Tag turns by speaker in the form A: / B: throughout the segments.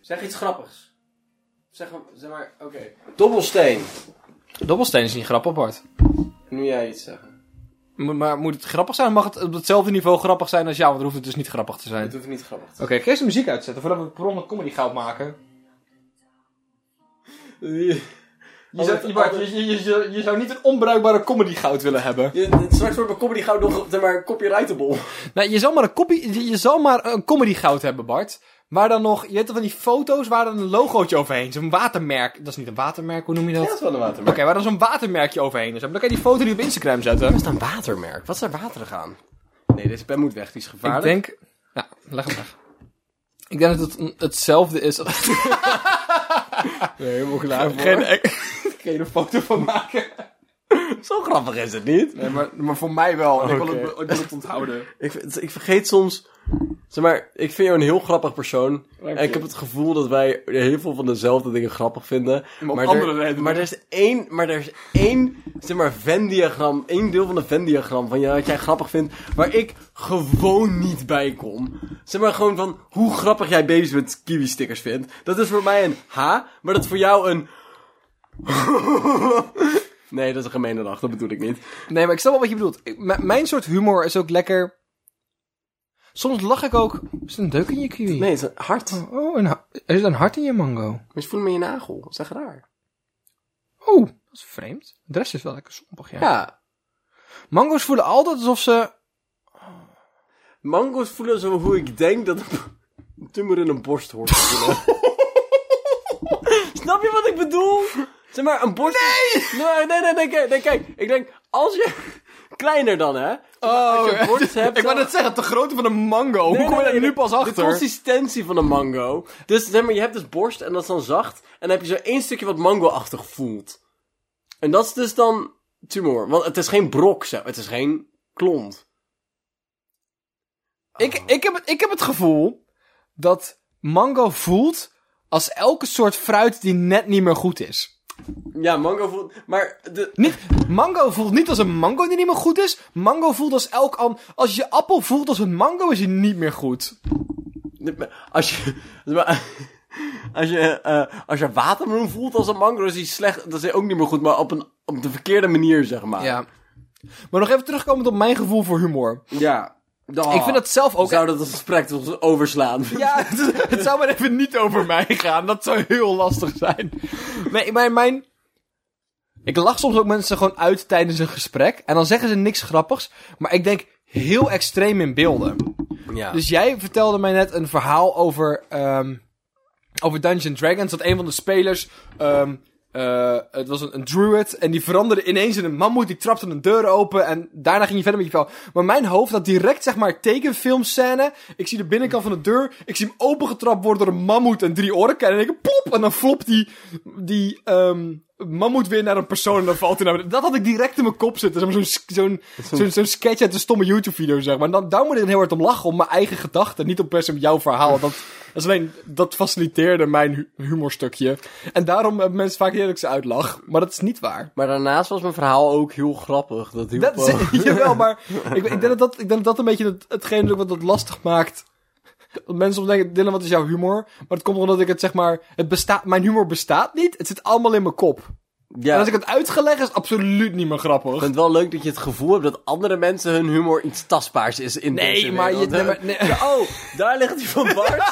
A: Zeg iets grappigs. Zeg, zeg maar, oké.
B: Dobbelsteen.
C: Dobbelsteen is niet grappig, Bart.
B: Nu jij iets zeggen.
C: Moet, maar moet het grappig zijn? Mag het op hetzelfde niveau grappig zijn als jou? Want dan hoeft het dus niet grappig te zijn.
B: Het
C: Oké,
B: hoeft niet grappig te
C: okay, ik ga eerst de muziek uitzetten voordat we per ongeluk comedy goud maken.
B: zijn.
C: Je zou, je, Bart, je, je, je zou- je zou niet een onbruikbare comedy goud willen hebben.
B: Je- het- Straks wordt mijn comedy goud nog zeg maar copyrightable.
C: Nou, je zal maar een, copy, je, je zal maar een comedy goud hebben, Bart. Waar dan nog, je hebt toch van die foto's waar dan een logootje overheen is. Een watermerk. Dat is niet een watermerk, hoe noem je
B: Ja,
C: dat?
B: dat is wel een
C: Oké,
B: watermerk.
C: waar dan zo'n watermerkje overheen is. Dan kan je die foto die op Instagram zetten.
B: is een watermerk? Wat is daar waterig aan? Nee, deze pen moet weg, die is
C: Ik
B: gevaarlijk.
C: denk... Ja, leg hem weg. Ik denk dat het een- hetzelfde is.
B: Nee, helemaal klaar voor.
C: Geen, e-
B: Kun je er een foto van maken? Zo grappig is het niet.
C: Nee, maar, maar voor mij wel. Ik, wil
B: Oké.
C: het, ik wil het onthouden.
B: Ik, ik vergeet soms... Zeg maar, ik vind jou een heel grappig persoon. En ik heb het gevoel dat wij heel veel van dezelfde dingen grappig vinden.
C: Maar op
B: er-
C: andere redenen.
B: Maar er is één, maar er is één, zeg maar, Venn-diagram, één deel van de Venn-diagram van jou dat jij grappig vindt, waar ik gewoon niet bij kom. Zeg maar gewoon van hoe grappig jij baby's met kiwi-stickers vindt. Dat is voor mij een H, maar dat is voor jou een... nee, dat is een gemene dag, dat bedoel ik niet.
C: Nee, maar ik snap wel wat je bedoelt. Ik- m- mijn soort humor is ook lekker... Soms lach ik ook... Is er een deuk in je kiwi?
B: Nee, het is een hart. Maar
C: Oh, een ha- er is een hart in je mango.
B: je voelt me in je nagel, dat is echt raar.
C: Oh, dat is vreemd. De rest is wel lekker sompig, ja.
B: Ja,
C: Mango's voelen altijd alsof ze...
B: mango's voelen zo hoe ik denk dat een tumor in een borst hoort te voelen. Snap je wat ik bedoel? Zeg maar, een borst... Nee! Nee, nee, nee, nee, kijk, nee, kijk. Ik denk, als je... Kleiner dan, hè? als je een borst hebt...
C: Oh, ik wou
B: dan-
C: net zeggen, de grootte van een mango. Hoe
B: Nee,
C: kom je
B: nee,
C: daar
B: nee,
C: nu pas
B: De
C: achter?
B: consistentie van een mango. Dus zeg maar, je hebt dus borst en dat is dan zacht. En dan heb je zo één stukje wat mango-achtig voelt. En dat is dus dan tumor. Want het is geen brok, zo. Het is geen klont.
C: Ik, ik, heb, het- ik heb het gevoel dat mango voelt als elke soort fruit die net niet meer goed is.
B: Ja, mango voelt... Maar de,
C: Niet, mango voelt niet als een mango die niet meer goed is. Mango voelt als elk an. Als je appel voelt als een mango, is je niet meer goed.
B: Als je. Als je, eh, als je watermeloen voelt als een mango, is die slecht. Dat is die ook niet meer goed, maar op, een, op de verkeerde manier, zeg maar.
C: Maar nog even terugkomend op mijn gevoel voor humor.
B: ja. Oh,
C: Ik vind dat zelf ook. e-
B: Zou dat als gesprek ons overslaan?
C: Ja, het, het zou maar even niet over mij gaan. Dat zou heel lastig zijn. Nee, mijn, mijn... Ik lach soms ook mensen gewoon uit tijdens een gesprek. En dan zeggen ze niks grappigs. Maar ik denk heel extreem in beelden.
B: ja.
C: Dus jij vertelde mij net een verhaal over, ehm over Dungeon Dragons. Dat een van de spelers. ehm, eh, het was een, een druid. En die veranderde ineens in een mammoet. Die trapte een deur open. En daarna ging je verder met je verhaal. Maar mijn hoofd had direct, zeg maar, tekenfilmscène. Ik zie de binnenkant van de deur. Ik zie hem opengetrapt worden door een mammoet en drie orken. En dan denk ik, plop! En dan flopt die, die ehm mammoet weer naar een persoon. En dan valt hij naar beneden. Dat had ik direct in mijn kop zitten. Zeg maar, Zo'n zo'n zo'n zo'n sketch uit een stomme YouTube-video, zeg maar. En dan, daar moet ik dan heel hard om lachen. Om mijn eigen gedachten. Niet op best om jouw verhaal. Dat, dat, is alleen, dat faciliteerde mijn hu- humorstukje. En daarom hebben mensen vaak eerlijk ze uitlach. Maar dat is niet waar.
B: Maar daarnaast was mijn verhaal ook heel grappig. Dat hielp
C: Dat
B: wel.
C: is, jawel, maar ik, ik, denk dat dat, ik denk dat dat een beetje het, hetgeen is ook wat dat lastig maakt. Dat mensen soms denken, Dylan, wat is jouw humor? Maar het komt omdat ik het zeg maar, het bestaat, mijn humor bestaat niet. Het zit allemaal in mijn kop. En
B: ja.
C: als
B: Ik
C: ik het uitgelegd is het absoluut niet meer grappig.
B: vind het wel leuk dat je het gevoel hebt dat andere mensen hun humor iets tastbaars is in
C: Nee,
B: deze
C: maar je...
B: wereld.
C: Nee, maar- nee.
B: Oh, daar ligt die van Bart.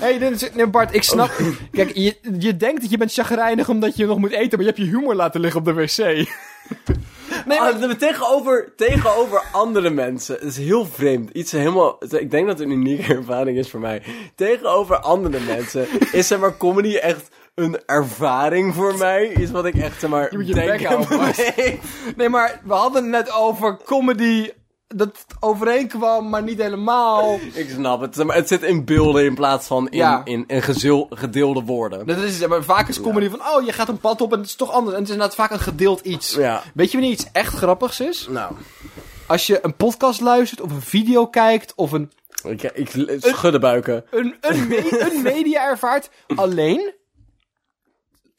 C: Hey, dit is- nee, Bart, ik snap...
B: Oh.
C: Kijk, je, je denkt dat je bent chagrijnig omdat je nog moet eten, maar je hebt je humor laten liggen op de wc. Nee, maar...
B: Ah, dat we tegenover, tegenover andere mensen. Het is heel vreemd. Iets helemaal. Ik denk dat het een unieke ervaring is voor mij. Tegenover andere mensen is zeg maar comedy echt een ervaring voor mij. Iets wat ik echt zeg maar.
C: moet je
B: denk
C: bek
B: en
C: houden, Bas.
B: beleef.
C: Nee, maar we hadden het net over comedy dat het overeenkwam, maar niet helemaal.
B: Ik snap het. Zeg maar, het zit in beelden in plaats van in,
C: Ja.
B: in, in gezeel- gedeelde woorden.
C: Dat is, zeg maar, vaak is comedy van, oh, je gaat een pad op en het is toch anders. En het is inderdaad vaak een gedeeld iets.
B: Ja.
C: Weet je wanneer iets echt grappigs is?
B: Nou,
C: Als je een podcast luistert, of een video kijkt, of een,
B: ik, ik schud de buiken.
C: een, een, me- een media ervaart. Alleen.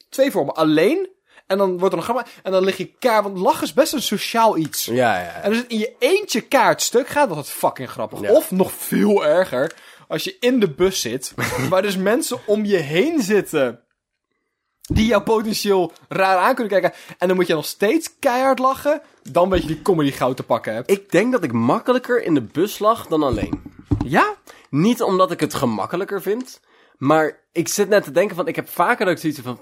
C: Twee vormen. Alleen. En dan wordt er een gamma. En dan lig je kaart. Want lachen is best een sociaal iets.
B: Ja, ja.
C: dus En als het in je eentje kaartstuk gaat, was het fucking grappig.
B: Ja.
C: Of nog veel erger. als je in de bus zit, waar dus mensen om je heen zitten. Die jou potentieel raar aan kunnen kijken. En dan moet je nog steeds keihard lachen. Dan weet je die comedy goud te pakken hebt.
B: Ik denk dat ik makkelijker in de bus lag dan alleen.
C: Ja?
B: Niet omdat ik het gemakkelijker vind, maar ik zit net te denken van, ik heb vaker dat ik zoiets van...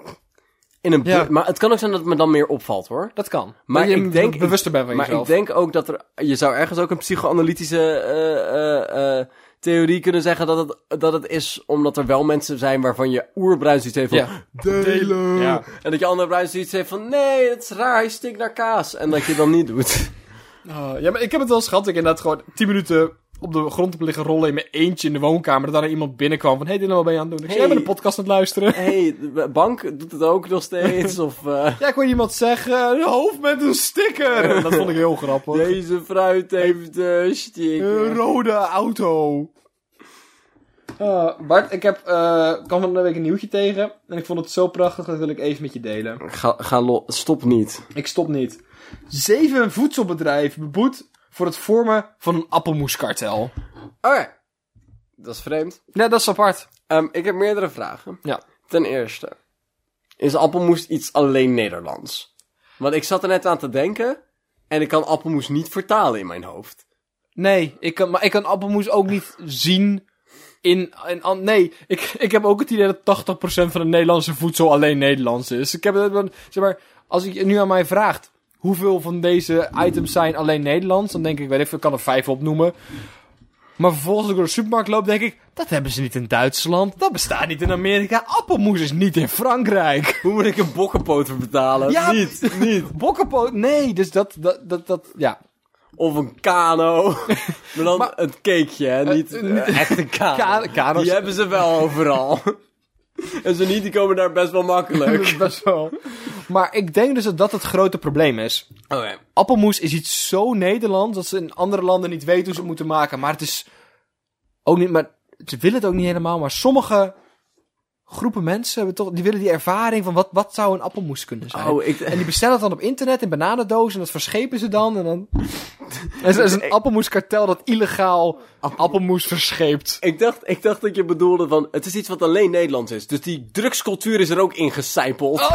B: In een bu-
C: Ja.
B: Maar het kan ook zijn dat het me dan meer opvalt, hoor.
C: Dat kan.
B: Maar
C: Dat je
B: ik denk-
C: bewuster bent van
B: Maar
C: jezelf.
B: ik denk ook dat er... Je zou ergens ook een psychoanalytische eh, eh, eh, theorie kunnen zeggen dat het, dat het is omdat er wel mensen zijn waarvan je oerbruin zoiets heeft van...
C: Ja.
B: Delen!
C: Ja.
B: En dat je andere bruin zoiets heeft van... Nee, het is raar, hij stinkt naar kaas. En dat je het dan niet doet.
C: Ah, ja, maar ik heb het wel eens gehad. dat Ik inderdaad gewoon tien minuten op de grond heb liggen rollen in mijn eentje in de woonkamer. Dat daar iemand binnenkwam van, hey Dylan, wat ben je aan het doen? Ik zei,
B: Hey.
C: jij bent een podcast aan het luisteren.
B: hey, de bank doet het ook nog steeds. Of eh,
C: Ja, ik hoorde iemand zeggen, een hoofd met een sticker. Dat vond ik heel grappig.
B: deze fruit heeft eh stik.
C: Een rode auto. Eh, Bart, ik heb, eh, ik kwam van de week een nieuwtje tegen. En ik vond het zo prachtig, dat wil ik even met je delen.
B: Ga, ga lo- stop niet.
C: Ik stop niet. Zeven voedselbedrijf beboet voor het vormen van een appelmoeskartel.
B: Alright. Dat is vreemd.
C: Nee, dat is apart.
B: Ehm, ik heb meerdere vragen.
C: Ja.
B: Ten eerste. Is appelmoes iets alleen Nederlands? Want ik zat er net aan te denken. En ik kan appelmoes niet vertalen in mijn hoofd.
C: Nee, ik kan, maar ik kan appelmoes ook niet zien in... in an- nee, ik, ik heb ook het idee dat 80% van het Nederlandse voedsel alleen Nederlands is. Ik heb, het- zeg maar, als je nu aan mij vraagt hoeveel van deze items zijn alleen Nederlands... dan denk ik, weet ik veel, ik kan er vijf opnoemen. Maar vervolgens als ik door de supermarkt loop, denk ik... dat hebben ze niet in Duitsland, dat bestaat niet in Amerika... appelmoes is niet in Frankrijk.
B: Hoe moet ik een bokkenpoot voor betalen?
C: Ja,
B: Niet, niet.
C: Bokkenpoot, nee, dus dat, dat, dat, dat ja.
B: Of een kano. maar dan
C: Maar-
B: het cakeje, hè? Niet
C: eh,
B: eh, echt een kano.
C: Ka- kano's-
B: Die hebben ze wel overal. en zo niet, die komen daar best wel makkelijk.
C: Dat is best wel. Maar ik denk dus dat dat het grote probleem is.
B: Oké.
C: Appelmoes is iets zo Nederlands dat ze in andere landen niet weten hoe ze het moeten maken. Maar het is ook niet. Maar ze willen het ook niet helemaal. Maar sommige groepen mensen hebben toch, die willen die ervaring van wat, wat zou een appelmoes kunnen zijn.
B: Oh, ik,
C: En die bestellen het dan op internet in bananendozen en dat verschepen ze dan. En dan. Er is, er is een appelmoeskartel dat illegaal appelmoes verscheept.
B: Ik dacht, ik dacht dat je bedoelde van, het is iets wat alleen Nederlands is. Dus die drugscultuur is er ook ingecijpeld.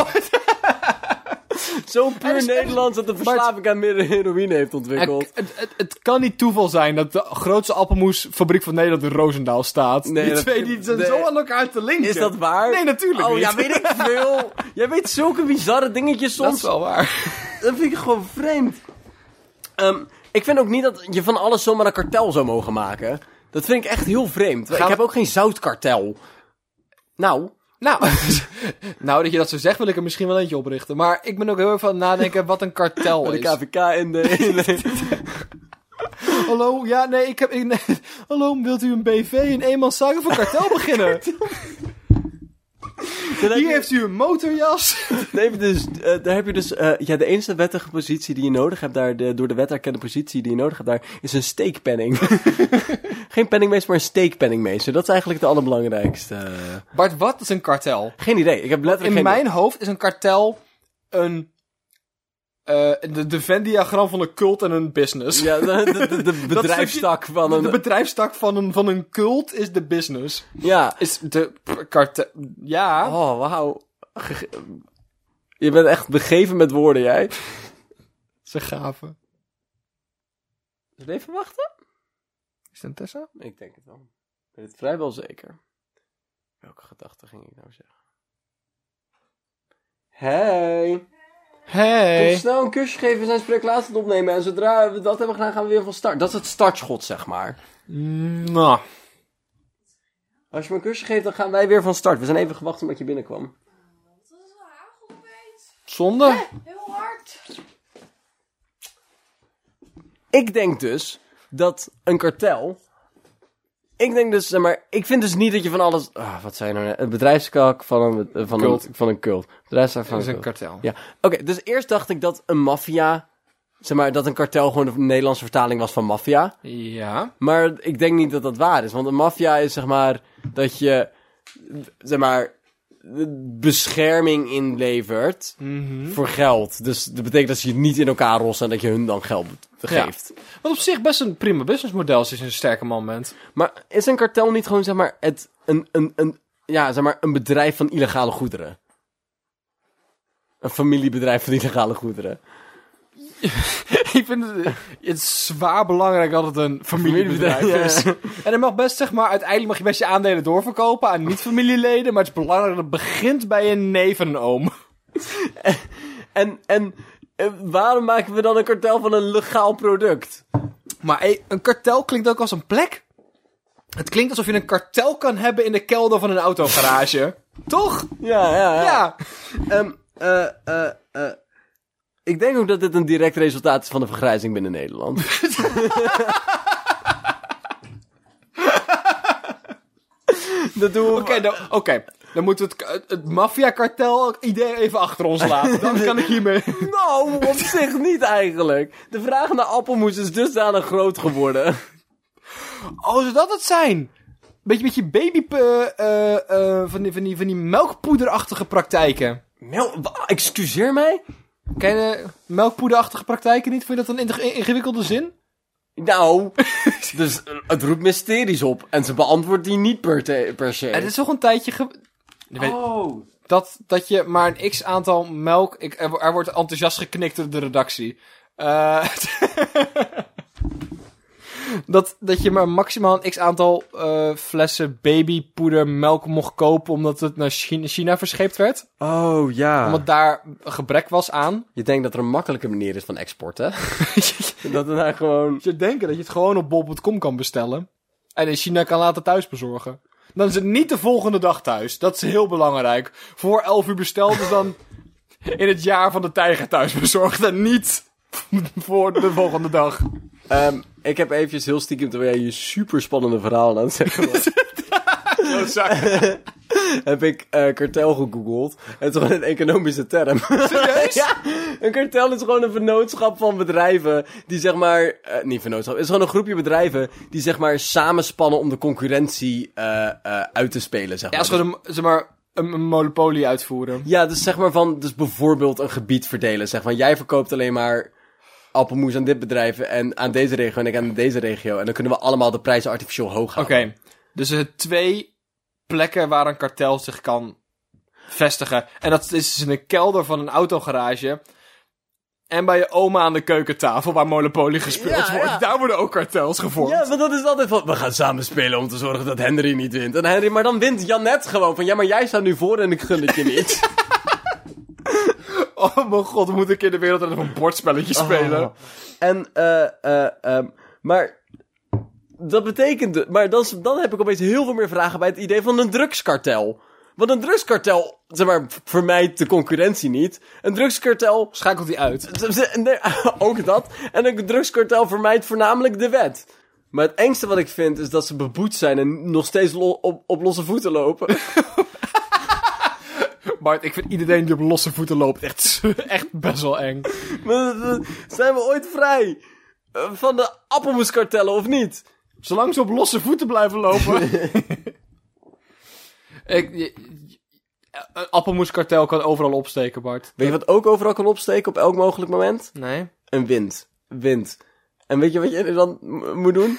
B: Zo
C: Er
B: puur
C: Oh. is- er is-
B: Nederlands dat de
C: het-
B: verslaving aan meer heroïne heeft ontwikkeld.
C: Het, het, het, het kan niet toeval zijn dat de grootste appelmoesfabriek van Nederland in Roosendaal staat.
B: Nee,
C: die
B: dat-
C: twee die zijn
B: nee.
C: zo aan elkaar te linken.
B: Is dat waar?
C: Nee, natuurlijk
B: Oh,
C: niet.
B: ja, weet ik veel. Jij weet zulke bizarre dingetjes
C: Dat
B: soms.
C: is wel waar.
B: Dat vind ik gewoon vreemd. Ehm, ik vind ook niet dat je van alles zomaar een kartel zou mogen maken. Dat vind ik echt heel vreemd. ik
C: we-
B: heb ook geen zoutkartel. Nou,
C: Nou, nou, dat je dat zo zegt wil ik er misschien wel eentje oprichten. Maar ik ben ook heel erg van nadenken wat een kartel
B: de
C: is.
B: KVK en de...
C: Hallo, ja, nee, ik heb... ik- nee. Hallo, wilt u een BV, een eenmanszaak of een kartel beginnen? Hier heeft u een motorjas.
B: Nee, dus, eh, daar heb je dus eh, ja, de enige wettige positie die je nodig hebt daar, de, door de wet erkende positie die je nodig hebt daar, is een steekpenning. Geen penningmeester, maar een steekpenningmeester. Dat is eigenlijk de allerbelangrijkste.
C: Bart, wat is een kartel?
B: Geen idee. Ik heb letterlijk
C: In
B: geen
C: mijn hoofd is een kartel een. eh, de, de Venn-diagram van een cult en een business.
B: Ja, de, de, de, de
C: Dat
B: bedrijfstak van een...
C: De bedrijfstak van een, van een cult is de business.
B: ja.
C: Is de p- kartel. Ja.
B: Oh, wauw. Gege- Je bent echt begeven met woorden, jij.
C: Ze gaven.
B: Even wachten?
C: Is dat Tessa?
B: Ik denk het wel. Ik weet het vrijwel zeker. Welke gedachte ging ik nou zeggen? Hey! Kun je
C: Hey.
B: snel een kusje geven, we zijn spreek laatst aan het opnemen. En zodra we dat hebben gedaan, gaan we weer van start. Dat is het startschot, zeg maar.
C: Mm, Nou.
B: Als je me een kusje geeft, dan gaan wij weer van start. We zijn even gewacht omdat je binnenkwam.
D: Dat is wel hagel opeens.
C: Zonde?
D: Heel hard.
B: Ik denk dus dat een kartel... Ik denk dus, zeg maar, ik vind dus niet dat je van alles... Ah, wat zijn nou net? Het bedrijfskak van een, eh, van
C: Cult.
B: een, van een cult. Bedrijfstak van
C: Dat is een
B: cult.
C: kartel.
B: Ja, oké. dus eerst dacht ik dat een maffia... Zeg maar, dat een kartel gewoon de Nederlandse vertaling was van maffia.
C: Ja.
B: Maar ik denk niet dat dat waar is. Want een maffia is zeg maar dat je. Zeg maar. eh, bescherming inlevert
C: Mhm.
B: voor geld. Dus dat betekent dat ze je niet in elkaar rossen en dat je hun dan geld
C: Ja.
B: geeft.
C: Wat op zich best een prima businessmodel is in een sterke man bent.
B: Maar is een kartel niet gewoon zeg maar, het, een, een, een, ja, zeg maar een bedrijf van illegale goederen? Een familiebedrijf van illegale goederen.
C: ik vind het, het is zwaar belangrijk dat het een familiebedrijf is. En er mag best, zeg maar, uiteindelijk mag je best je aandelen doorverkopen aan niet-familieleden. Maar het is belangrijk dat het begint bij een neef en een oom.
B: En, en eh, waarom maken we dan een kartel van een legaal product?
C: Maar hé, een kartel klinkt ook als een plek. Het klinkt alsof je een kartel kan hebben in de kelder van een autogarage. Toch?
B: Ja, ja,
C: Ja.
B: Ehm, eh, eh, eh. Ik denk ook dat dit een direct resultaat is van de vergrijzing binnen Nederland. dat doen we.
C: Oh. Oké, dan, oké. dan moeten we het, het, het maffia-kartel-idee even achter ons laten. Dan kan ik hiermee...
B: Nou, op zich niet eigenlijk. De vraag naar appelmoes is dusdanig groot geworden.
C: Oh, zou dat het zijn? Beetje, beetje baby... eh, eh, eh, van, die, van, die, van die melkpoederachtige praktijken.
B: Mel, wa- excuseer mij?
C: Ken je melkpoederachtige praktijken niet? Vind je dat een inge- ingewikkelde zin?
B: Nou, dus eh, het roept mysteries op. En ze beantwoordt die niet per, te- per se.
C: Het is toch een tijdje... ge-
A: Oh,
C: dat, dat je maar een x-aantal melk... Ik, er, wo- er wordt enthousiast geknikt door de redactie. Eh, dat, dat je maar maximaal een x-aantal eh, flessen babypoeder melk mocht kopen... omdat het naar China, China verscheept werd.
B: Oh ja.
C: Omdat daar een gebrek was aan.
B: Je denkt dat er een makkelijke manier is van exporten. dat we daar gewoon.
C: Je denken dat je het gewoon op bol.com kan bestellen... en in China kan laten thuisbezorgen. Dan is het niet de volgende dag thuis. Dat is heel belangrijk. Voor 11 uur besteld is dan in het jaar van de tijger thuisbezorgd. En niet voor de volgende dag.
B: Ehm, ik heb eventjes heel stiekem terwijl jij je super spannende verhaal aan het zeggen was, heb ik eh, kartel gegoogeld. En het is gewoon een economische term.
C: Serieus?
B: ja, een kartel is gewoon een vernootschap van bedrijven die zeg maar, eh, niet vernootschap, het is gewoon een groepje bedrijven die zeg maar samenspannen om de concurrentie eh, eh, uit te spelen zeg
C: Ja,
B: maar.
C: als gewoon een, zeg maar, een, een monopolie uitvoeren.
B: Ja, dus zeg maar van, dus bijvoorbeeld een gebied verdelen. Zeg van, jij verkoopt alleen maar appelmoes aan dit bedrijf en aan deze regio en ik aan deze regio. En dan kunnen we allemaal de prijzen artificieel hoog
C: Oké,
B: houden.
C: dus er zijn twee plekken waar een kartel zich kan vestigen. En dat is dus in een kelder van een autogarage. En bij je oma aan de keukentafel waar Monopoly gespeeld
B: Ja,
C: wordt.
B: ja.
C: Daar worden ook kartels gevormd.
B: Ja, want dat is altijd van, we gaan samen spelen om te zorgen dat Henry niet wint. En Henry, maar dan wint Janet gewoon van, ja, maar jij staat nu voor en ik gun het je niet.
C: Oh mijn god, moet ik in de wereld een bordspelletje spelen?
B: Oh. En, eh, eh, ehm, maar... Dat betekent, de- maar dan, is- dan heb ik opeens heel veel meer vragen bij het idee van een drugskartel. Want een drugskartel, zeg maar, vermijdt de concurrentie niet. Een drugskartel
C: Schakelt die uit.
B: Ze- ze- nee, Ook dat. En een drugskartel vermijdt voornamelijk de wet. Maar het engste wat ik vind is dat ze beboet zijn en nog steeds lo- op, op losse voeten lopen.
C: Bart, ik vind iedereen die op losse voeten loopt echt, echt best wel eng.
B: Maar, eh, zijn we ooit vrij eh, van de appelmoeskartellen of niet?
C: Zolang ze op losse voeten blijven lopen. ik, je- je- een appelmoeskartel kan overal opsteken, Bart.
B: Weet je wat ook overal kan opsteken op elk mogelijk moment?
C: Nee?
B: Een wind. Wind. En weet je wat je dan m- moet doen?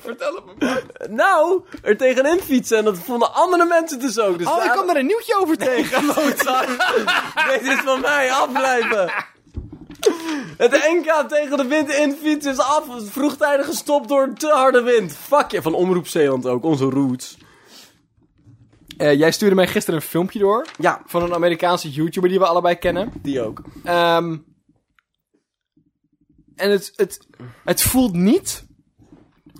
C: Vertel het me.
B: Nou, er tegenin fietsen. En dat vonden andere mensen dus ook. Dus
C: Oh, ik
B: daar-
C: kwam er een nieuwtje over tegen.
B: Klootzak. Dit is van mij, afblijven. Het NK tegen de wind in fiets is af. Vroegtijdig gestopt door te harde wind. Fuck je, van Omroep Zeeland ook, onze roots.
C: Eh, jij stuurde mij gisteren een filmpje door.
B: Ja,
C: Van een Amerikaanse YouTuber die we allebei kennen.
B: die ook.
C: Ehm, en het, het, het voelt niet.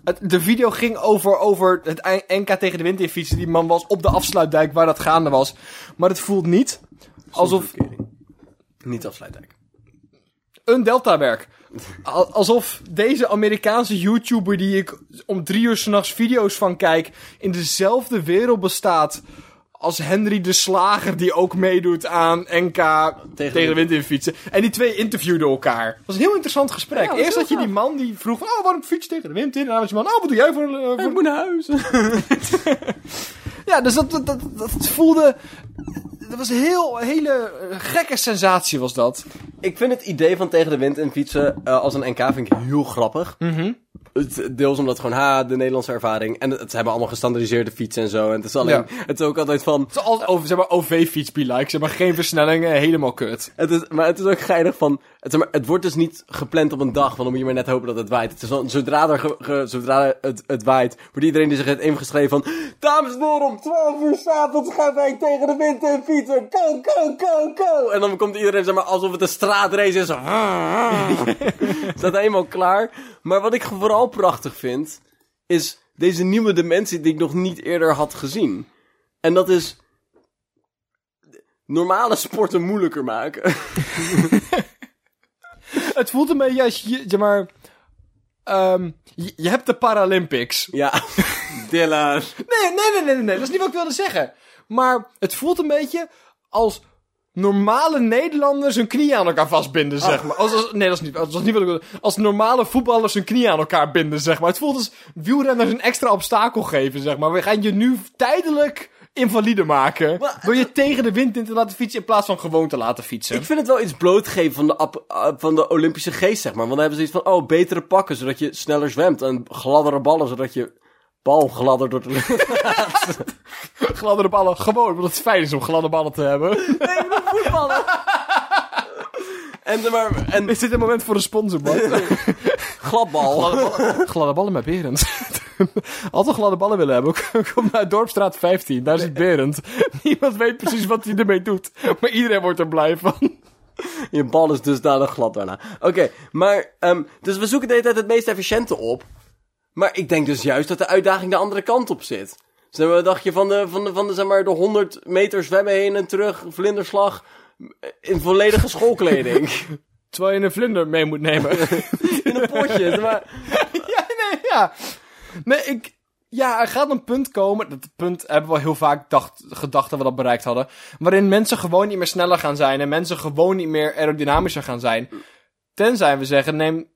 C: Het, de video ging over, over het I- NK tegen de wind in fietsen. Die man was op de afsluitdijk waar dat gaande was. Maar het voelt niet alsof
B: Niet afsluitdijk.
C: een deltawerk. Al- Alsof deze Amerikaanse YouTuber die ik om drie uur s'nachts video's van kijk... in dezelfde wereld bestaat als Henry de Slager... die ook meedoet aan NK tegen, de wind in fietsen. En die twee interviewden elkaar. Het was een heel interessant gesprek.
B: dat was
C: Eerst
B: heel
C: had je die man die vroeg van... oh, waarom fiets je tegen de wind in? En dan was je man, oh, wat doe jij voor... eh, voor-
B: Ik moet naar huis.
C: Ja, dus dat, dat, dat, dat voelde... Dat was een heel, hele eh, gekke sensatie was dat.
B: Ik vind het idee van tegen de wind in fietsen eh, als een NK vind ik heel grappig. Het- Deels omdat gewoon, ha, de Nederlandse ervaring. En het, ze hebben allemaal gestandardiseerde fietsen en zo. En het is alleen,
C: Ja.
B: het is ook altijd van...
C: Het is altijd over, zeg maar, OV-fiets be like. Zeg maar, geen versnellingen, helemaal kut.
B: Het is, maar het is ook geinig van... Het, zeg maar, het wordt dus niet gepland op een dag, want dan moet je maar net hopen dat het waait. Het is dan, zodra, er ge- ge- zodra het, het waait, wordt iedereen die zich heeft ingeschreven van... Dames en heren, om 12 uur s'avonds gaan wij tegen de wind in fietsen. Go, go, go, go. En dan komt iedereen zeg maar, alsof het een straatrace is. Staat helemaal klaar. Maar wat ik vooral prachtig vind, is deze nieuwe dimensie die ik nog niet eerder had gezien. En dat is normale sporten moeilijker maken.
C: Het voelt een beetje als je, zeg maar... ehm, je, je hebt de Paralympics.
B: Ja, Dylan.
C: Nee, nee, nee, nee, nee, nee. Dat is niet wat ik wilde zeggen. Maar het voelt een beetje als normale Nederlanders hun knieën aan elkaar vastbinden, zeg maar. Als, als- nee, dat is, niet, dat is niet wat ik wilde Als normale voetballers hun knieën aan elkaar binden, zeg maar. Het voelt als wielrenners een extra obstakel geven, zeg maar. We gaan je nu tijdelijk invalide maken.
B: Maar-
C: Door je tegen de wind in te laten fietsen in plaats van gewoon te laten fietsen.
B: Ik vind het wel iets blootgeven van de, ap- eh, van de Olympische geest, zeg maar. Want dan hebben ze iets van, oh, betere pakken, zodat je sneller zwemt. En gladdere ballen, zodat je bal gladder door de lucht...
C: Gladdere ballen, gewoon, omdat het fijn is om gladde ballen te hebben.
B: voetballen. en, zeg maar, en
C: Is dit een moment voor een sponsor, man?
B: gladbal.
C: Gladde ballen, gladde ballen met Berend. Als we gladde ballen willen hebben, kom naar Dorpstraat 15. Daar zit Berend. Niemand weet precies wat hij ermee doet. Maar iedereen wordt er blij van.
B: Je bal is dusdanig glad daarna. Oké, maar... ehm, dus we zoeken de hele tijd het meest efficiënte op. Maar ik denk dus juist dat de uitdaging de andere kant op zit. Dus Zeg maar, wat dacht je van de, van de, van de, zeg maar, de 100 meter zwemmen heen en terug, vlinderslag... In volledige schoolkleding.
C: Terwijl je een vlinder mee moet nemen.
B: in een potje. zeg Maar
C: ja, nee, ja. Nee, ik... Ja, er gaat een punt komen. Dat punt hebben we al heel vaak dacht, gedacht dat we dat bereikt hadden. Waarin mensen gewoon niet meer sneller gaan zijn. En mensen gewoon niet meer aerodynamischer gaan zijn. Tenzij we zeggen, neem,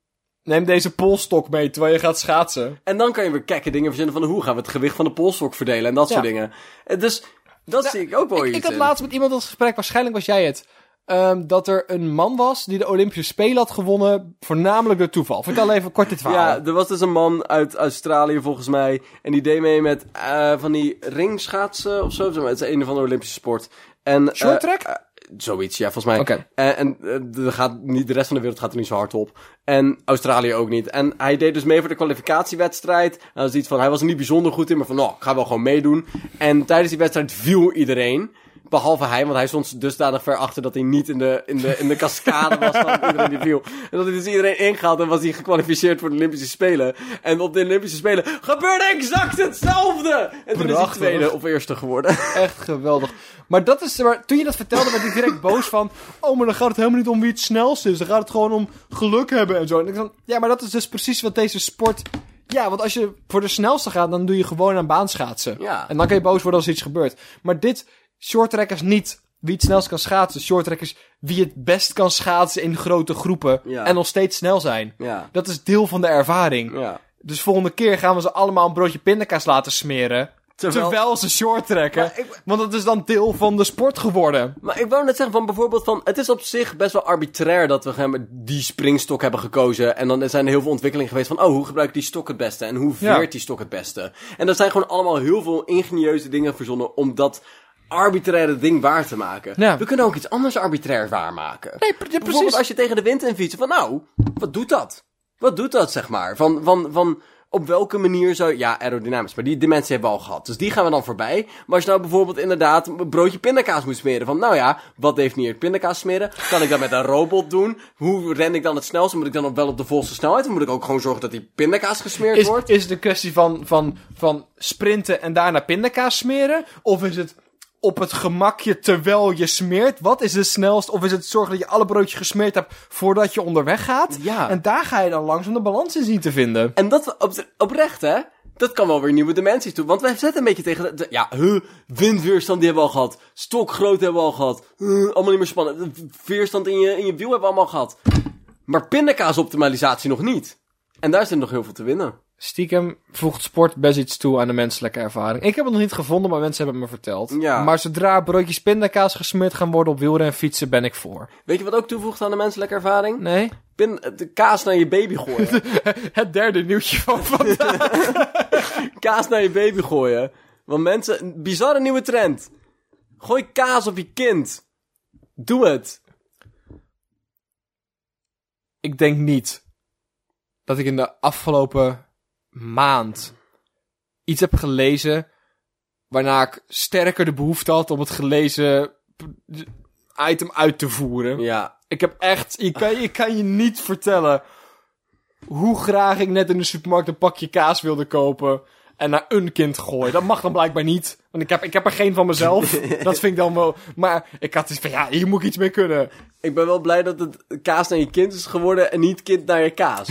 C: neem deze polstok mee terwijl je gaat schaatsen.
B: En dan kan je weer kekke dingen verzinnen van hoe gaan we het gewicht van de polstok verdelen en dat soort
C: Ja.
B: dingen. Eh, Dus dat
C: Ja,
B: zie ik ook wel
C: Ik,
B: iets
C: ik had
B: in.
C: laatst met iemand dat gesprek, waarschijnlijk was jij het. ehm, dat er een man was die de Olympische Spelen had gewonnen, voornamelijk door toeval. Vertel even kort dit verhaal.
B: Ja, er was dus een man uit Australië volgens mij. En die deed mee met eh, van die ringschaatsen of zo. Zeg maar, Het is een of andere Olympische sport. En, eh,
C: Short track?
B: eh, zoiets, ja, volgens mij.
C: Oké.
B: En, en eh, er gaat niet, de rest van de wereld gaat er niet zo hard op. En Australië ook niet. En hij deed dus mee voor de kwalificatiewedstrijd. En dat was iets van, hij was er niet bijzonder goed in, maar van, nou, ik ga wel gewoon meedoen. En tijdens die wedstrijd viel iedereen. Behalve hij, want hij stond dusdanig ver achter dat hij niet in de, in de, in de cascade was van iedereen die viel. En dat is dus iedereen ingehaald en was hij gekwalificeerd voor de Olympische Spelen. En op de Olympische Spelen gebeurde exact hetzelfde! En toen is hij
C: Prachtig.
B: tweede of eerste geworden.
C: Echt geweldig. Maar, dat is, maar toen je dat vertelde, werd ik direct boos van... Oh, maar dan gaat het helemaal niet om wie het snelst is. Dan gaat het gewoon om geluk hebben en zo. En ik dacht, ja, maar dat is dus precies wat deze sport... Ja, want als je voor de snelste gaat, dan doe je gewoon aan baanschaatsen.
B: Ja.
C: En dan kan je boos worden als er iets gebeurt. Maar dit, shorttrack is niet wie het snelst kan schaatsen. Shorttrack is wie het best kan schaatsen in grote groepen.
B: Ja.
C: En nog steeds snel zijn.
B: Ja.
C: Dat is deel van de ervaring.
B: Ja.
C: Dus volgende keer gaan we ze allemaal een broodje pindakaas laten smeren.
B: Terwijl-
C: Terwijl, ze short trekken.
B: Maar ik-
C: Want dat is dan deel van de sport geworden.
B: Maar ik wou net zeggen van bijvoorbeeld van... Het is op zich best wel arbitrair dat we zeg maar, die springstok hebben gekozen. En dan zijn er heel veel ontwikkelingen geweest van... Oh, hoe gebruik ik die stok het beste? En hoe veert
C: Ja.
B: die stok het beste? En er zijn gewoon allemaal heel veel ingenieuze dingen verzonnen... om dat arbitraire ding waar te maken.
C: Ja.
B: We kunnen ook iets anders arbitrair waarmaken.
C: Nee, pre- ja,
B: bijvoorbeeld
C: precies.
B: als je tegen de wind in fietsen van... Nou, wat doet dat? Wat doet dat, zeg maar? Van... van, van op welke manier zou... Ja, aerodynamisch. Maar die dimensie hebben we al gehad. Dus die gaan we dan voorbij. Maar als je nou bijvoorbeeld inderdaad een broodje pindakaas moet smeren. Van, nou ja, wat heeft niet pindakaas smeren? Kan ik dat met een robot doen? Hoe ren ik dan het snelst? Moet ik dan op, wel op de volste snelheid? Of moet ik ook gewoon zorgen dat die pindakaas gesmeerd
C: Is,
B: wordt?
C: is het een kwestie van, van, van sprinten en daarna pindakaas smeren? Of is het op het gemakje terwijl je smeert? Wat is het snelst? Of is het zorgen dat je alle broodjes gesmeerd hebt voordat je onderweg gaat?
B: Ja.
C: En daar ga je dan langzaam de balans in zien te vinden.
B: En dat op, oprecht, hè? Dat kan wel weer nieuwe dimensies toe. Want wij zetten een beetje tegen. de- de- ja, huh, windweerstand die hebben we al gehad. Stokgroot hebben we al gehad. Huh, allemaal niet meer spannend. Weerstand in je, in je wiel hebben we allemaal gehad. Maar pindakaasoptimalisatie nog niet. En daar zit nog heel veel te winnen.
C: Stiekem voegt sport best iets toe aan de menselijke ervaring. Ik heb het nog niet gevonden, maar mensen hebben het me verteld.
B: Ja.
C: Maar zodra broodjes pindakaas gesmeerd gaan worden op wielren en fietsen, ben ik voor.
B: Weet je wat ook toevoegt aan de menselijke ervaring?
C: Nee?
B: Pin, de kaas naar je baby gooien.
C: Het derde nieuwtje van vandaag.
B: kaas naar je baby gooien. Want mensen, een bizarre nieuwe trend. Gooi kaas op je kind. Doe het.
C: ik denk niet dat ik in de afgelopen maand iets heb gelezen waarna ik sterker de behoefte had om het gelezen p- item uit te voeren.
B: Ja.
C: Ik heb echt, ik kan, ik kan je niet vertellen hoe graag ik net in de supermarkt een pakje kaas wilde kopen en naar een kind gooien. Dat mag dan blijkbaar niet, want ik heb, ik heb er geen van mezelf. Dat vind ik dan wel, maar ik had iets van, ja, hier moet ik iets mee kunnen.
B: Ik ben wel blij dat het kaas naar je kind is geworden en niet kind naar je kaas.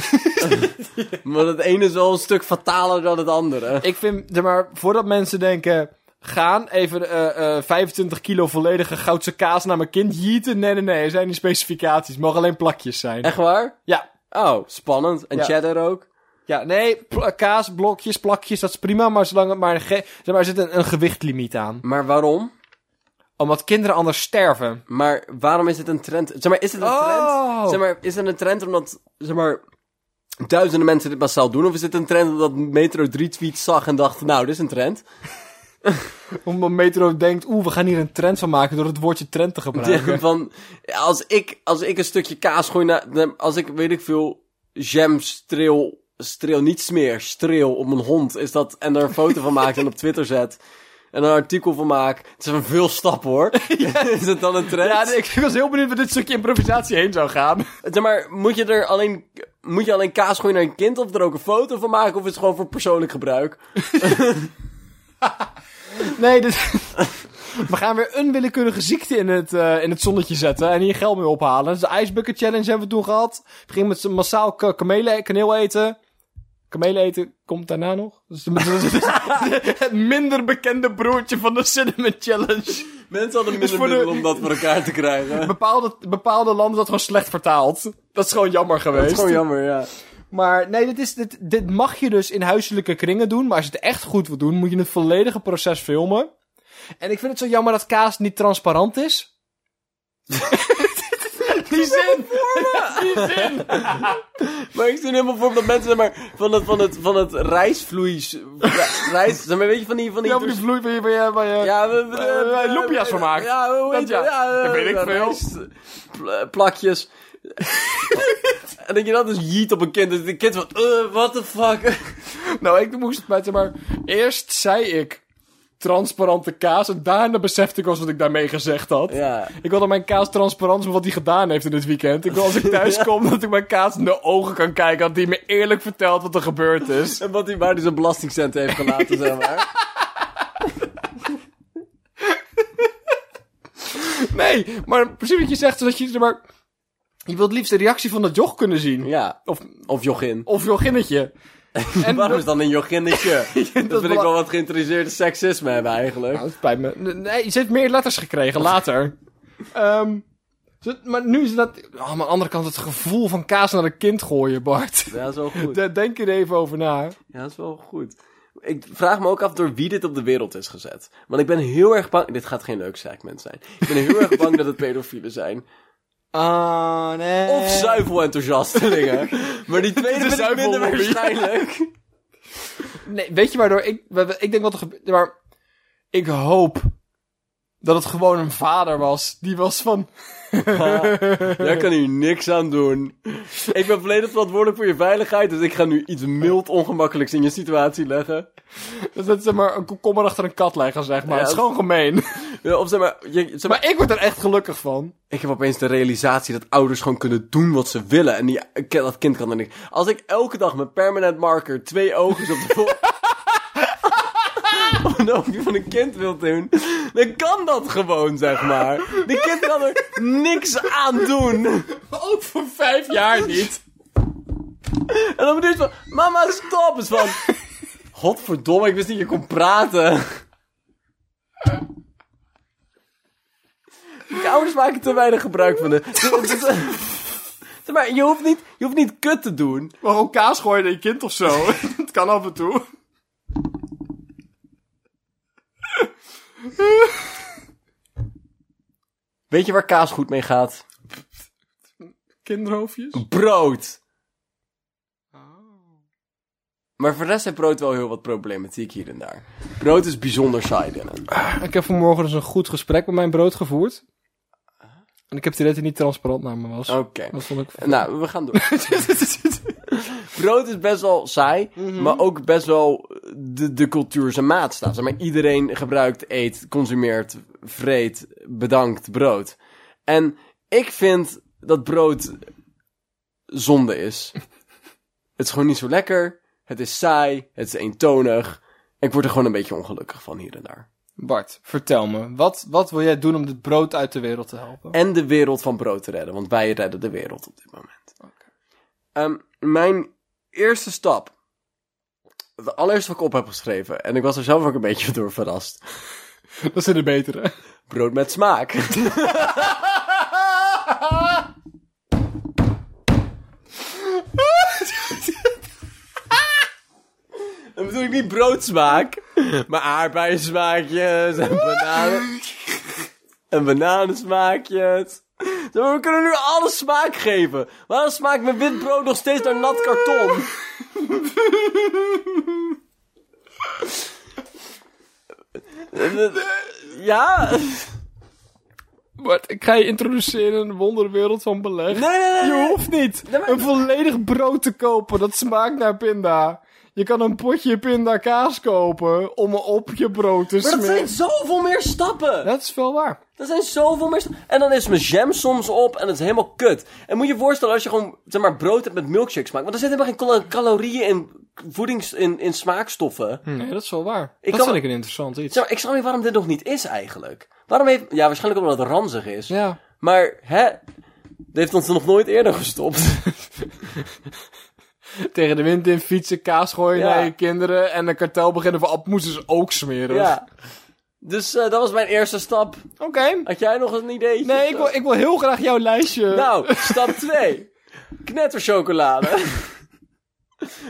B: Want het ene is wel een stuk fataler dan het andere.
C: Ik vind, zeg maar, voordat mensen denken... Gaan, even eh, eh, 25 kilo volledige goudse kaas naar mijn kind jieten. Nee, nee, nee, er zijn niet specificaties. Het mogen alleen plakjes zijn.
B: Echt waar?
C: Ja,
B: Oh, spannend. En
C: Ja.
B: cheddar ook.
C: ja, nee, pl- kaas, blokjes, plakjes, dat is prima. Maar zolang het maar... ge- Zeg maar, er zit een, een gewichtlimiet aan.
B: Maar waarom?
C: Omdat kinderen anders sterven.
B: Maar waarom is dit een trend? Zeg maar, is dit een
C: Oh.
B: trend? Zeg maar, is dit een trend omdat, zeg maar, duizenden mensen dit massaal doen? Of is dit een trend omdat Metro 3 tweets zag en dacht, nou, dit is een trend?
C: Omdat Metro denkt, oeh, we gaan hier een trend van maken door het woordje trend te gebruiken.
B: Ja, van, als ik, als ik een stukje kaas gooi naar, naar- als ik, weet ik veel, jam streel, streel, niet smeer, streel op mijn hond, is dat, en daar een foto van maak en op Twitter zet, en er een artikel van maak, het is een veel stap hoor. Is het dan een trend?
C: Ja, ik was heel benieuwd waar dit stukje improvisatie heen zou gaan.
B: Zeg maar, moet je er alleen, moet je alleen kaas gooien naar een kind of er ook een foto van maken of is het gewoon voor persoonlijk gebruik?
C: Nee, dit... we gaan weer een willekeurige ziekte in het, eh, in het zonnetje zetten en hier geld mee ophalen. Dus de ijsbucket challenge hebben we toen gehad. We gingen met z'n massaal ka- kamelen, kaneel eten. Kamelen eten komt daarna nog. Dus de- het minder bekende broertje van de cinnamon challenge.
B: Mensen hadden
C: Is
B: minder
C: voor de-
B: middelen om dat voor elkaar te krijgen.
C: Bepaalde, bepaalde landen dat gewoon slecht vertaald. Dat is gewoon jammer geweest.
B: Dat is gewoon jammer, ja.
C: Maar nee, dit, is, dit, dit mag je dus in huiselijke kringen doen. Maar als je het echt goed wil doen, moet je het volledige proces filmen. En ik vind het zo jammer dat kaas niet transparant is. Die zin! Die zin!
B: Maar ik zie nu helemaal voor me dat mensen zeg maar, van het, van het, van het rijstvloeis... Rijst, zeg maar, weet je, van die... Van die
C: Ja, maar die vloei van je... Van je, van je-
B: dus. Ja, we, we,
C: Eh, wij loempia's van maken.
B: Ja, hoe
C: Dat
B: heet
C: ja.
B: het? ja.
C: Dat weet ik
B: eh,
C: veel.
B: rijst, pl- plakjes. en dat je dat dus jeet op een kind. Dat de kind van, eh, what the fuck.
C: Nou, ik moest met maar... Eerst zei ik transparante kaas. En daarna besefte ik was wat ik daarmee gezegd had.
B: ja.
C: Ik wil dat mijn kaas transparant is met wat hij gedaan heeft in dit weekend. Ik wil als ik thuis kom dat ik mijn kaas in de ogen kan kijken. Dat hij me eerlijk vertelt wat er gebeurd is.
B: En wat hij waar hij zijn belastingcent heeft gelaten, zeg maar.
C: Nee, maar precies wat je zegt, zodat je er maar... Je wilt liefst de reactie van dat joch kunnen zien.
B: Ja,
C: Of,
B: of jochin.
C: of jochinnetje. En
B: Waarom
C: dat,
B: is dan een jochinnetje? dat
C: dat
B: vind ik wel wat geïnteresseerde seksisme hebben eigenlijk.
C: nou, het spijt me. N- Nee, ze heeft meer letters gekregen later. Ehm, ze- maar nu is dat... Oh, maar aan de andere kant het gevoel van kaas naar een kind gooien, Bart.
B: Ja, dat is wel goed.
C: Daar denk je er even over na.
B: Ja, dat is wel goed. Ik vraag me ook af door wie dit op de wereld is gezet. Want ik ben heel erg bang... Dit gaat geen leuk segment zijn. Ik ben heel erg bang dat het pedofielen zijn.
C: Ah, nee.
B: Of zuivelenthousiastelingen. maar die tweede
C: De
B: vind ik minder
C: zuivellobby.
B: waarschijnlijk.
C: Nee, weet je waardoor ik... wa- wa- Ik denk wat er gebeurt... Maar ik hoop dat het gewoon een vader was. Die was van...
B: Ah, Daar kan u niks aan doen. Ik ben volledig verantwoordelijk voor je veiligheid. Dus ik ga nu iets mild ongemakkelijks in je situatie leggen.
C: Dat is zeg maar een komkommer achter een kat leggen, zeg maar.
B: Ja,
C: het is gewoon gemeen.
B: Ja, Eh, Of zeg maar, je, zeg maar...
C: Maar ik word er echt gelukkig van.
B: Ik heb opeens de realisatie dat ouders gewoon kunnen doen wat ze willen. En die, dat kind kan er niks. Als ik elke dag met permanent marker twee oogjes op de voor... op een oogje van een kind wil doen, dan kan dat gewoon, zeg maar. De kind kan er niks aan doen.
C: Ook voor vijf jaar niet.
B: En dan bedoel je van, mama stop. Het is van, godverdomme, ik wist niet dat je kon praten. Die ouders maken te weinig gebruik van de... De, de, de, Zeg maar, je hoeft niet, je hoeft niet kut te doen.
C: Maar gewoon kaas gooien naar je kind of zo. Het kan af en toe.
B: Weet je waar kaas goed mee gaat?
C: Kinderhoofdjes?
B: Brood. Maar voor de rest heeft brood wel heel wat problematiek hier en daar. Brood is bijzonder saai, Dylan.
C: Ik heb vanmorgen dus een goed gesprek met mijn brood gevoerd. En ik heb het idee dat hij niet transparant naar me was.
B: Oké.
C: Dat vond ik...
B: Nou, we gaan door. Brood is best wel saai, maar ook best wel eh, de, de cultuur zijn maat staat. Zeg maar iedereen gebruikt, eet, consumeert, vreet, bedankt brood. En ik vind dat brood zonde is. het is gewoon niet zo lekker, het is saai, het is eentonig. En ik word er gewoon een beetje ongelukkig van hier en daar.
C: Bart, vertel me. Wat, wat wil jij doen om dit brood uit de wereld te helpen?
B: En de wereld van brood te redden, want wij redden de wereld op dit moment. Ehm, mijn eerste stap. De allereerste wat ik op heb geschreven. En ik was er zelf ook een beetje door verrast.
C: Dat zijn de betere.
B: Brood met smaak. Dan bedoel ik niet broodsmaak, maar aardbeiensmaakjes en bananen. En bananensmaakjes. Zeg maar, We kunnen nu alle smaak geven. Waarom smaakt mijn wit brood nog steeds naar nat karton? Ja?
C: Bart, ik ga je introduceren in een wonderwereld van beleg.
B: Nee, nee, nee.
C: Je
B: nee.
C: hoeft niet een volledig brood te kopen dat smaakt naar pinda. Je kan een potje pindakaas kopen om op je brood te
B: Maar dat
C: smeren.
B: zijn zoveel meer stappen.
C: Dat is wel waar.
B: Er zijn zoveel meer... sta- En dan is mijn jam soms op en het is helemaal kut. En moet je je voorstellen als je gewoon zeg maar, brood hebt met milkshakes maakt. Want er zitten helemaal geen kal- calorieën in, voedings, in, in smaakstoffen.
C: Nee, dat is wel waar.
B: Ik
C: dat
B: kan-
C: vind ik een interessant iets.
B: Zeg maar, ik snap niet waarom dit nog niet is eigenlijk. Waarom heeft... Ja, waarschijnlijk omdat het ranzig is.
C: Ja.
B: Maar, hè... Dit heeft ons nog nooit eerder gestopt.
C: Tegen de wind in fietsen, kaas gooien
B: Ja.
C: naar je kinderen en een kartel beginnen van apmoes is ook smeren.
B: ja. Dus eh, dat was mijn eerste stap.
C: Oké.
B: Had jij nog een idee?
C: Nee, ik wil, ik wil heel graag jouw lijstje.
B: Nou, stap 2. Knetterchocolade.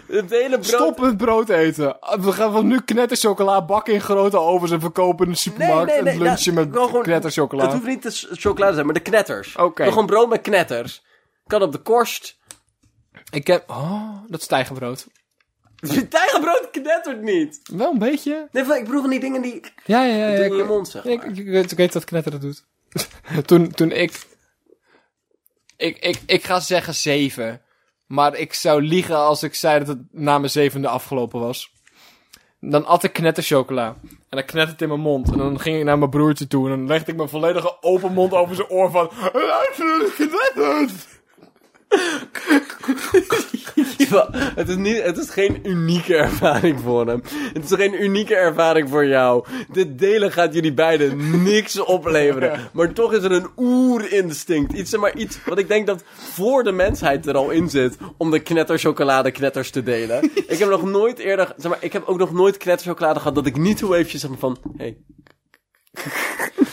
B: Het hele brood...
C: Stop met brood eten. We gaan van nu knetterchocola bakken in grote ovens en verkopen in de supermarkt en lunchen
B: nou,
C: met
B: wel gewoon-
C: knetterchocola.
B: Het hoeft niet de s- chocolade te zijn, maar de knetters.
C: Oké.
B: Nog Gewoon brood met knetters. Kan op de korst.
C: Ik heb... Oh, dat is tijgerbrood.
B: Tijgerbrood knettert niet.
C: Wel een beetje.
B: Nee, maar ik bedoel van die dingen die
C: Ja, ja, ja. ja,
B: in
C: ik,
B: je mond, zeg maar.
C: ik, ik, ik weet, ik weet dat knetteren doet. toen, toen ik... Ik, ik... ik ga zeggen zeven. Maar ik zou liegen als ik zei dat het na mijn zevende afgelopen was. Dan at ik knetterchocola. En dan knettert het in mijn mond. En dan ging ik naar mijn broertje toe. En dan legde ik mijn volledige open mond over zijn oor van... Luister, het knettert!
B: Ja, het, is niet, het is geen unieke ervaring voor hem. Het is geen unieke ervaring voor jou. Dit delen gaat jullie beiden niks opleveren. Maar toch is er een oerinstinct. Iets, zeg maar iets wat ik denk dat voor de mensheid er al in zit. Om de knetterchocolade knetters te delen. Ik heb nog nooit eerder, zeg maar, ik heb ook nog nooit knetterchocolade gehad dat ik niet hoe eventjes zeg maar van, hey,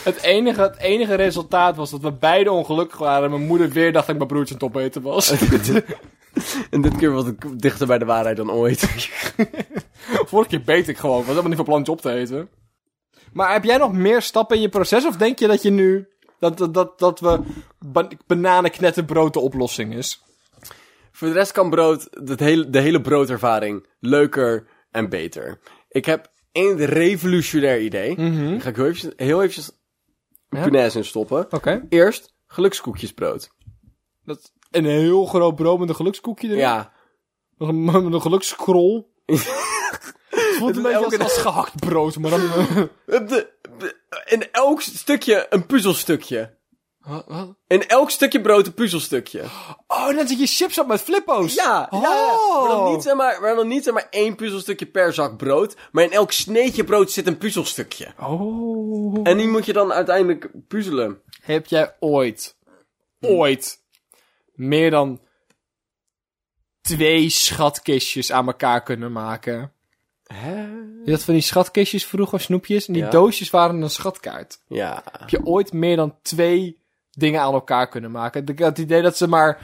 C: Het enige, het enige resultaat was dat we beide ongelukkig waren. En mijn moeder weer dacht dat ik mijn broertje aan het opeten was.
B: en dit keer was ik dichter bij de waarheid dan ooit.
C: Vorige keer beet ik gewoon. Ik was helemaal niet van plan het op te eten. Maar heb jij nog meer stappen in je proces? Of denk je dat je nu... Dat, dat, dat, dat we ba- bananenknettenbrood de oplossing is?
B: Voor de rest kan brood, dat hele, de hele broodervaring, leuker en beter. Ik heb één revolutionair idee. Daar ga ik heel eventjes, heel eventjes
C: Ja?
B: punaise in stoppen.
C: Oké.
B: Eerst gelukskoekjesbrood.
C: Dat is een heel groot brood met een gelukskoekje erin.
B: Ja.
C: Met een, met een gelukskrol. Het voelt een
B: is
C: beetje
B: elke
C: als, als gehakt brood, maar dan...
B: Op Eh, de- de- In elk stukje een puzzelstukje. In elk stukje brood een puzzelstukje.
C: Oh, dan zit je chips op met flippo's.
B: Ja, ja, ja.
C: Oh.
B: Maar dan niet, zeg maar, maar dan niet zeg maar één puzzelstukje per zak brood. Maar in elk sneetje brood zit een puzzelstukje.
C: Oh.
B: En die moet je dan uiteindelijk puzzelen.
C: Heb jij ooit, ooit, meer dan twee schatkistjes aan elkaar kunnen maken? Je had van die schatkistjes vroeger, snoepjes, en die
B: Ja.
C: doosjes waren een schatkaart.
B: Ja.
C: Heb je ooit meer dan twee dingen aan elkaar kunnen maken? Ik had het idee dat ze maar,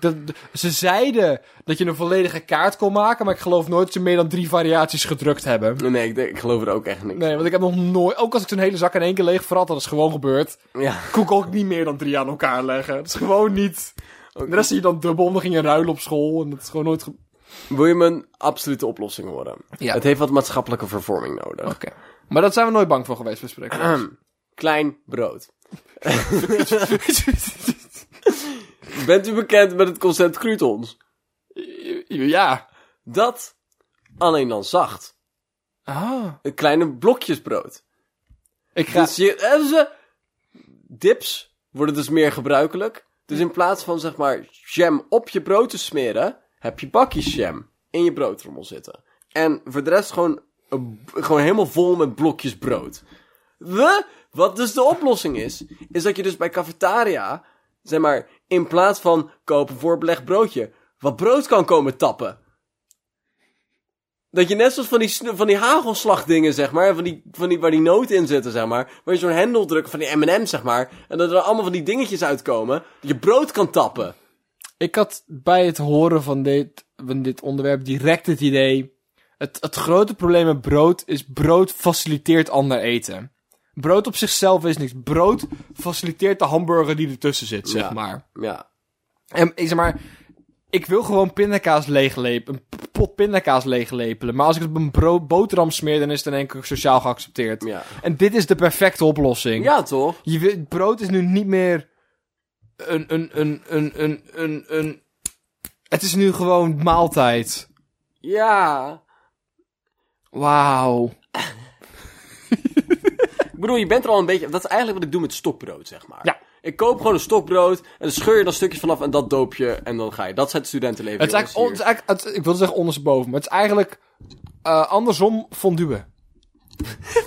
C: Dat, ze zeiden dat je een volledige kaart kon maken, maar ik geloof nooit dat ze meer dan drie variaties gedrukt hebben.
B: Nee, ik, denk- ik geloof er ook echt niks.
C: Nee, want ik heb nog nooit... Ook als ik zo'n hele zak in één keer leeg verrat, dat is gewoon gebeurd.
B: Ja,
C: Kon ik ook niet meer dan drie aan elkaar leggen. Dat is gewoon niet... De rest zie je dan dubbel, om dan ging je ruilen op school. En dat is gewoon nooit... ge-
B: wil je mijn absolute oplossing horen?
C: Ja.
B: Het heeft wat maatschappelijke vervorming nodig.
C: Oké. Maar dat zijn we nooit bang voor geweest, bespreken.
B: Ahem. Klein brood. Bent u bekend met het concept croutons?
C: ja.
B: Dat, alleen dan zacht.
C: Ah.
B: Een kleine blokjes brood.
C: Ik ga...
B: Dus je, eh, dus, eh, dips worden dus meer gebruikelijk. Dus in plaats van zeg maar jam op je brood te smeren, heb je bakjes jam in je broodtrommel zitten. En voor de rest gewoon, een- gewoon helemaal vol met blokjes brood. We, wat dus de oplossing is, is dat je dus bij cafetaria, zeg maar, in plaats van kopen voorbelegd broodje, wat brood kan komen tappen. Dat je net zoals van die, snu- van die hagelslagdingen, zeg maar, van die, van die, waar die noten in zitten, zeg maar, waar je zo'n hendel drukt van die M&M's, zeg maar, en dat er allemaal van die dingetjes uitkomen, dat je brood kan tappen.
C: Ik had bij het horen van dit, van dit onderwerp direct het idee. Het, het grote probleem met brood is brood faciliteert ander eten. Brood op zichzelf is niks. Brood faciliteert de hamburger die ertussen zit, zeg
B: Ja.
C: maar.
B: Ja.
C: En ik zeg maar, ik wil gewoon pindakaas leeglepelen. Een p- pot pindakaas leeglepelen. Maar als ik het op een brood, boterham smeer, dan is het in één keer sociaal geaccepteerd.
B: Ja.
C: En dit is de perfecte oplossing.
B: Ja, toch?
C: Je wil- brood is nu niet meer een, een, een, een, een, een, een... Het is nu gewoon maaltijd.
B: Ja.
C: Wauw.
B: Ik bedoel, je bent er al een beetje... Dat is eigenlijk wat ik doe met stokbrood, zeg maar.
C: Ja.
B: Ik koop gewoon een stokbrood en dan scheur je dan stukjes vanaf en dat doop je en dan ga je. Dat is het studentenleven,
C: Het is eigenlijk, on- het
B: jongens,
C: is eigenlijk het- ik wilde zeggen ondersteboven, maar het is eigenlijk eh, andersom fondue.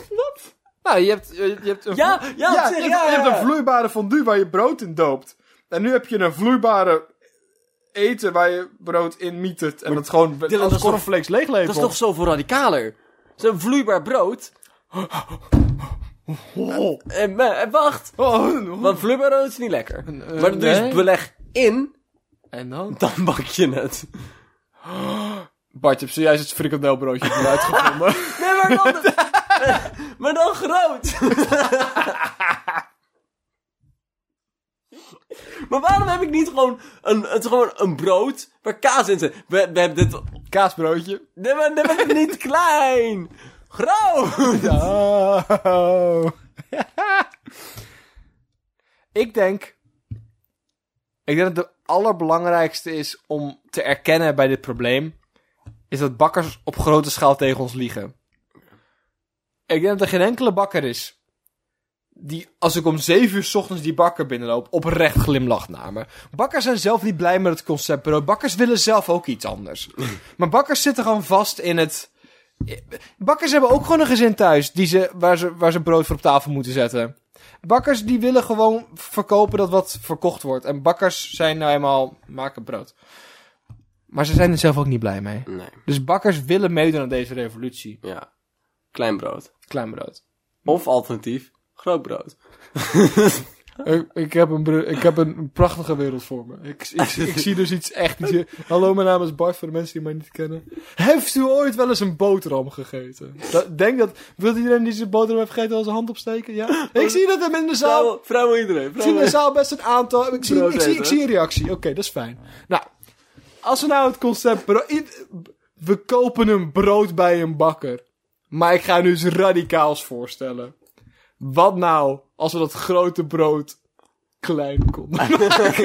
C: Wat? Nou, je hebt, je, je hebt een...
B: Ja,
C: vloe-
B: ja, op
C: je,
B: zich,
C: hebt,
B: ja,
C: je hebt
B: ja.
C: een vloeibare fondue waar je brood in doopt. En nu heb je een vloeibare eten waar je brood in mietert. En dat gewoon
B: Dylan, dat
C: als
B: is toch-
C: cornflakes leeglepelt.
B: hier. Dat is toch zoveel radicaler? Zo'n vloeibaar brood...
C: Oh.
B: En, eh, en wacht,
C: Oh.
B: want vloeibaar brood is niet lekker.
C: eh,
B: maar er
C: nee.
B: is beleg in,
C: En dan?
B: dan bak je het.
C: Bart, je hebt zojuist het frikandelbroodje eruit gevonden.
B: Nee, maar dan... maar dan groot. maar waarom heb ik niet gewoon een, het is gewoon een brood waar kaas in zit? We, we hebben dit...
C: Kaasbroodje.
B: Nee, maar, nee, maar het is niet klein. Groot.
C: Oh. ik denk... Ik denk dat het allerbelangrijkste is om te erkennen bij dit probleem... is dat bakkers op grote schaal tegen ons liegen. Ik denk dat er geen enkele bakker is... die als ik om 7 uur 's ochtends die bakker binnenloop... oprecht glimlacht naar me. Bakkers zijn zelf niet blij met het concept brood. Bakkers willen zelf ook iets anders. maar bakkers zitten gewoon vast in het... Bakkers hebben ook gewoon een gezin thuis die ze, waar, ze, waar ze brood voor op tafel moeten zetten. Bakkers die willen gewoon verkopen dat wat verkocht wordt. En bakkers zijn nou eenmaal maken brood. Maar ze zijn er zelf ook niet blij mee.
B: Nee,
C: Dus bakkers willen meedoen aan deze revolutie.
B: ja. Klein brood.
C: Klein brood.
B: Of alternatief, groot brood.
C: Ik, ik, heb, een, bro- ik heb een prachtige wereld voor me. Ik, ik, ik zie dus iets echt. iets hier. Hallo, mijn naam is Bart, voor de mensen die mij niet kennen. Heeft u ooit wel eens een boterham gegeten? Dat- denk dat... Wilt iedereen die zijn boterham heeft gegeten wel zijn hand opsteken? Ja? Ik zie dat hem in de zaal...
B: Vrouwen, vrouwen iedereen.
C: Ik zie in
B: Vrouwen.
C: de zaal best een aantal. Ik zie,
B: Brood
C: ik zie, ik
B: eten.
C: zie een reactie. Oké, dat is fijn. Nou, als we nou het concept. bro- i- we kopen een brood bij een bakker. Maar ik ga nu iets radicaals voorstellen. Wat nou als we dat grote brood klein konden?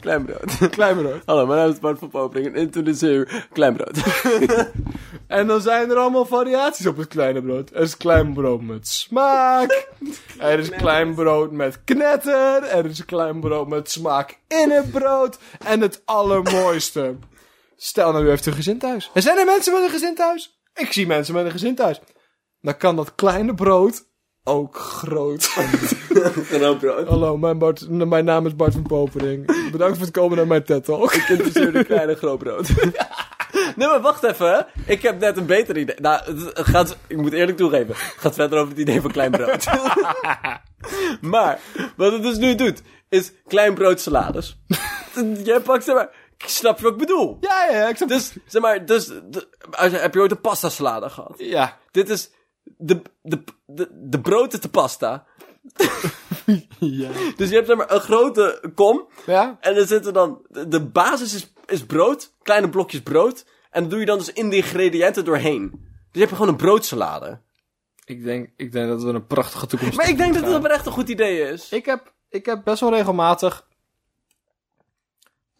B: Klein brood.
C: klein brood.
B: Hallo, mijn naam is Bart van Popering en introduceer u klein brood.
C: En dan zijn er allemaal variaties op het kleine brood. Er is klein brood met smaak. Er is klein brood met knetter. Er is klein brood met smaak in het brood. En het allermooiste. Stel nou, u heeft een gezin thuis. Er zijn er mensen met een gezin thuis? Ik zie mensen met een gezin thuis. Dan kan dat kleine brood ook groot.
B: Groot brood.
C: Hallo, mijn, Bart, mijn naam is Bart van Popering. Bedankt voor het komen naar mijn TED-talk.
B: Introduceer de kleine groot brood. Nee, maar wacht even. Ik heb net een beter idee. Nou, het het gaat, ik moet eerlijk toegeven. Het gaat verder over het idee van klein brood. maar, wat het dus nu doet, is klein brood salades. Jij pakt zeg maar Snap je wat ik bedoel?
C: Ja, ja, ik snap
B: Dus, zeg maar, dus, de- als je- heb je ooit een pasta salade gehad?
C: Ja.
B: Dit is, de, de, de, de brood is de pasta.
C: Ja.
B: Dus je hebt zeg maar een grote kom.
C: Ja?
B: En er zitten dan, de, de basis is, is brood. Kleine blokjes brood. En dat doe je dan dus in de ingrediënten doorheen. Dus heb je gewoon een broodsalade.
C: Ik denk, ik denk dat we een prachtige toekomst
B: Maar ik denk dat dat wel echt een goed idee is.
C: Ik heb, ik heb best wel regelmatig.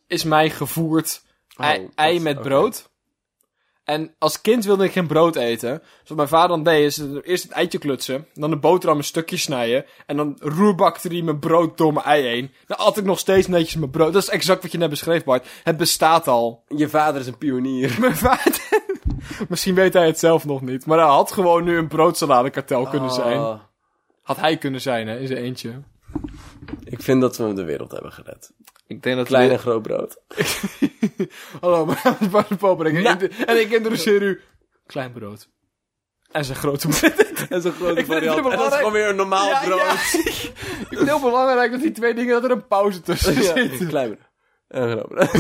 C: Is mij gevoerd ei,
B: dat-
C: ei met
B: oké.
C: brood. En als kind wilde ik geen brood eten. Dus wat mijn vader dan deed, is eerst het eitje klutsen. Dan de boterham een stukje snijden. En dan roerbakte hij mijn brood door mijn ei heen. Dan at ik nog steeds netjes mijn brood. Dat is exact wat je net beschreef, Bart. Het bestaat al.
B: Je vader is een pionier.
C: Mijn vader. Misschien weet hij het zelf nog niet. Maar hij had gewoon nu een broodsaladekartel kunnen zijn.
B: Ah,
C: Had hij kunnen zijn, hè, in zijn eentje.
B: ik vind dat we de wereld hebben gered.
C: Ik denk dat
B: Klein en groot brood.
C: Hallo, mijn naam is Bart de Pauper en ik,
B: Nou.
C: inter- en ik introduceer u klein brood. En zijn grote brood.
B: En zo'n grote
C: Ik vind het heel
B: variant. En dat is
C: belangrijk.
B: gewoon weer een normaal
C: Ja,
B: brood.
C: ja. Ik vind het heel belangrijk dat die twee dingen, dat er een pauze tussen
B: Ja,
C: zit.
B: klein brood. En groot brood.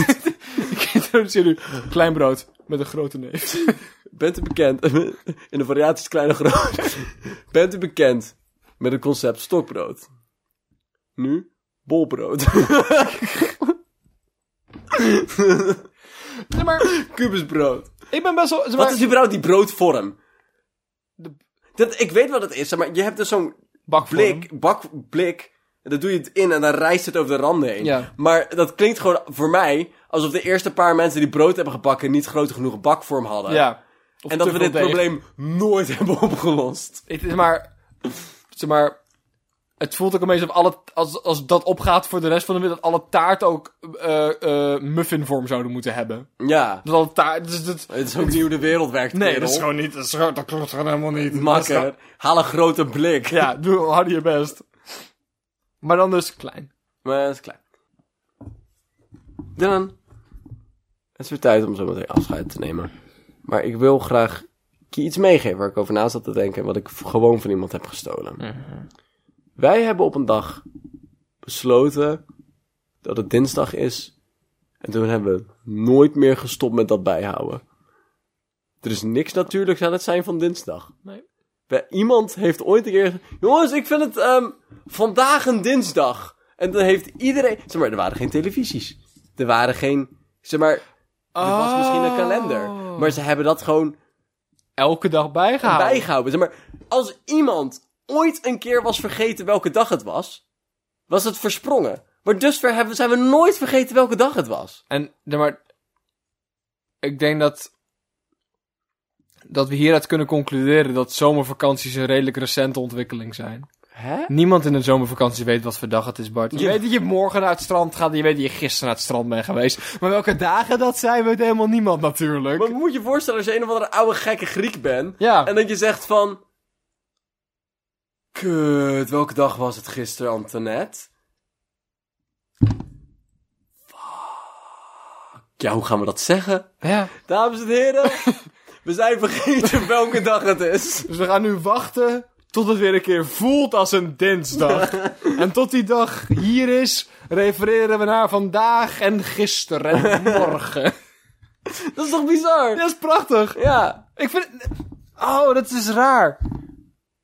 C: Ik introduceer u klein brood met een grote neef.
B: Bent u bekend... In de variaties klein en groot. Bent u bekend met het concept stokbrood? Nu? Bolbrood.
C: Nee, maar
B: Kubusbrood.
C: ik ben best wel... zeg
B: Wat
C: maar-
B: is überhaupt die broodvorm?
C: De-
B: Dat, ik weet wat het is, zeg maar je hebt dus zo'n
C: bakvorm.
B: blik, bak, blik. En dan doe je het in en dan rijst het over de randen heen.
C: Ja.
B: Maar dat klinkt gewoon voor mij alsof de eerste paar mensen die brood hebben gebakken niet groot genoeg bakvorm hadden.
C: Ja. Of
B: en dat
C: te
B: we
C: veel
B: dit
C: deeg.
B: probleem nooit hebben opgelost.
C: Het is maar... Zeg maar... Het voelt ook opeens of alle, als, als dat opgaat voor de rest van de wereld, dat alle taarten ook eh, eh, muffinvorm zouden moeten hebben.
B: Ja.
C: Dat alle taart... Dus dat,
B: Het is ook niet hoe de wereld werkt. kerel.
C: niet. Dat, klopt gewoon helemaal niet.
B: Makker, haal een grote blik.
C: Ja, doe harder je best. Maar dan dus klein.
B: Maar dat is klein. Dylan, het is weer tijd om zo meteen afscheid te nemen. Maar ik wil graag je iets meegeven waar ik over na zat te denken... en wat ik v- gewoon van iemand heb gestolen. Wij hebben op een dag besloten dat het dinsdag is... en toen hebben we nooit meer gestopt met dat bijhouden. Er is niks natuurlijks aan het zijn van dinsdag.
C: Nee.
B: Bij- Iemand heeft ooit een keer gezegd, Jongens, ik vind het ehm, vandaag een dinsdag. En dan heeft iedereen... Zeg maar, er waren geen televisies. Er waren geen... Zeg maar, er was misschien een kalender. Maar ze hebben dat gewoon
C: Oh. elke dag bijgehouden.
B: bijgehouden. Zeg maar, als iemand ooit een keer was vergeten welke dag het was... Was het versprongen. Maar dusver hebben, zijn we nooit vergeten welke dag het was.
C: En, nee, maar... Ik denk dat... Dat we hieruit kunnen concluderen dat zomervakanties een redelijk recente ontwikkeling zijn.
B: Hè?
C: Niemand in een zomervakantie weet wat voor dag het is, Bart. Je
B: Ja.
C: weet dat je morgen naar het strand gaat en je weet dat je gisteren naar het strand bent geweest. Maar welke dagen dat zijn, weet helemaal niemand natuurlijk.
B: Maar moet je je voorstellen als je een of andere oude gekke Griek bent...
C: ja.
B: En dat je zegt van... Kut, welke dag was het gisteren, Antoinette? Fuck. Ja, hoe gaan we dat zeggen?
C: ja.
B: Dames en heren, we zijn vergeten welke dag het is.
C: Dus we gaan nu wachten tot het weer een keer voelt als een dinsdag. en tot die dag hier is, refereren we naar vandaag en gisteren en morgen.
B: Dat is toch bizar?
C: Dat is prachtig.
B: Ja.
C: Ik vind het... Oh, dat is raar.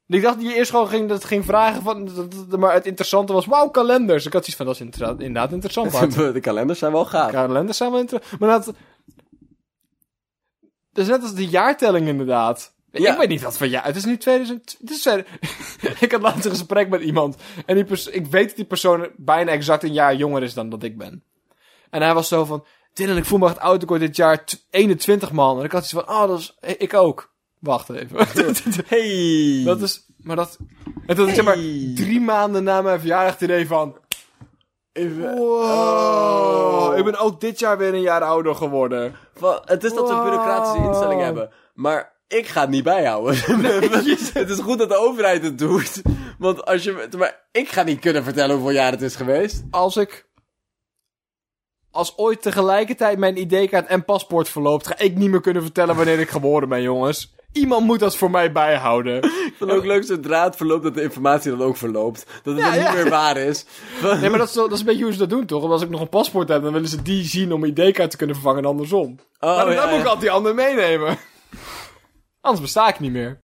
C: Ik dacht dat je eerst gewoon ging, dat ging vragen van... dat- dat- Maar het interessante was, wauw, kalenders. Ik had iets van, dat is inter- inderdaad interessant. Bart.
B: De kalenders zijn wel gaaf.
C: kalenders Ah. zijn wel interessant. Maar dat... Dat is net als de jaartelling inderdaad.
B: Ja.
C: Ik weet niet wat van ja. Het is nu 2000. Het is verder. ik had laatst een gesprek met iemand. En die pers- ik weet dat die persoon bijna exact een jaar jonger is dan dat ik ben. En hij was zo van. Dylan, ik voel me echt oud. Ik word dit jaar t- 21 man. En ik had iets van. Oh, dat is. Ik ook. Wacht even.
B: Hey.
C: dat is. Maar dat. En toen ik zeg maar
B: Hey.
C: drie maanden na mijn verjaardag het idee van.
B: Even-
C: Wow.
B: Oh.
C: Ik ben ook dit jaar weer een jaar ouder geworden.
B: Van, het is dat we een bureaucratische
C: Wow.
B: instelling hebben. Maar ik ga het niet bijhouden. het is goed dat de overheid het doet. Want als je... Maar ik ga niet kunnen vertellen hoeveel jaar het is geweest.
C: als ik. Als ooit tegelijkertijd mijn ID-kaart en paspoort verloopt, ga ik niet meer kunnen vertellen wanneer ik geboren ben, jongens. Iemand moet dat voor mij bijhouden.
B: Ik vind het ook leuk zodra het verloopt dat de informatie dan ook verloopt. Dat het
C: Ja,
B: dan
C: ja.
B: niet meer waar is. Van-
C: Nee, maar dat is, dat is een beetje hoe ze dat doen, toch? Want als ik nog een paspoort heb, dan willen ze die zien om mijn ID-kaart te kunnen vervangen en andersom.
B: Oh,
C: maar dan,
B: ja,
C: dan moet
B: ja.
C: ik altijd die andere meenemen. Anders besta ik niet meer.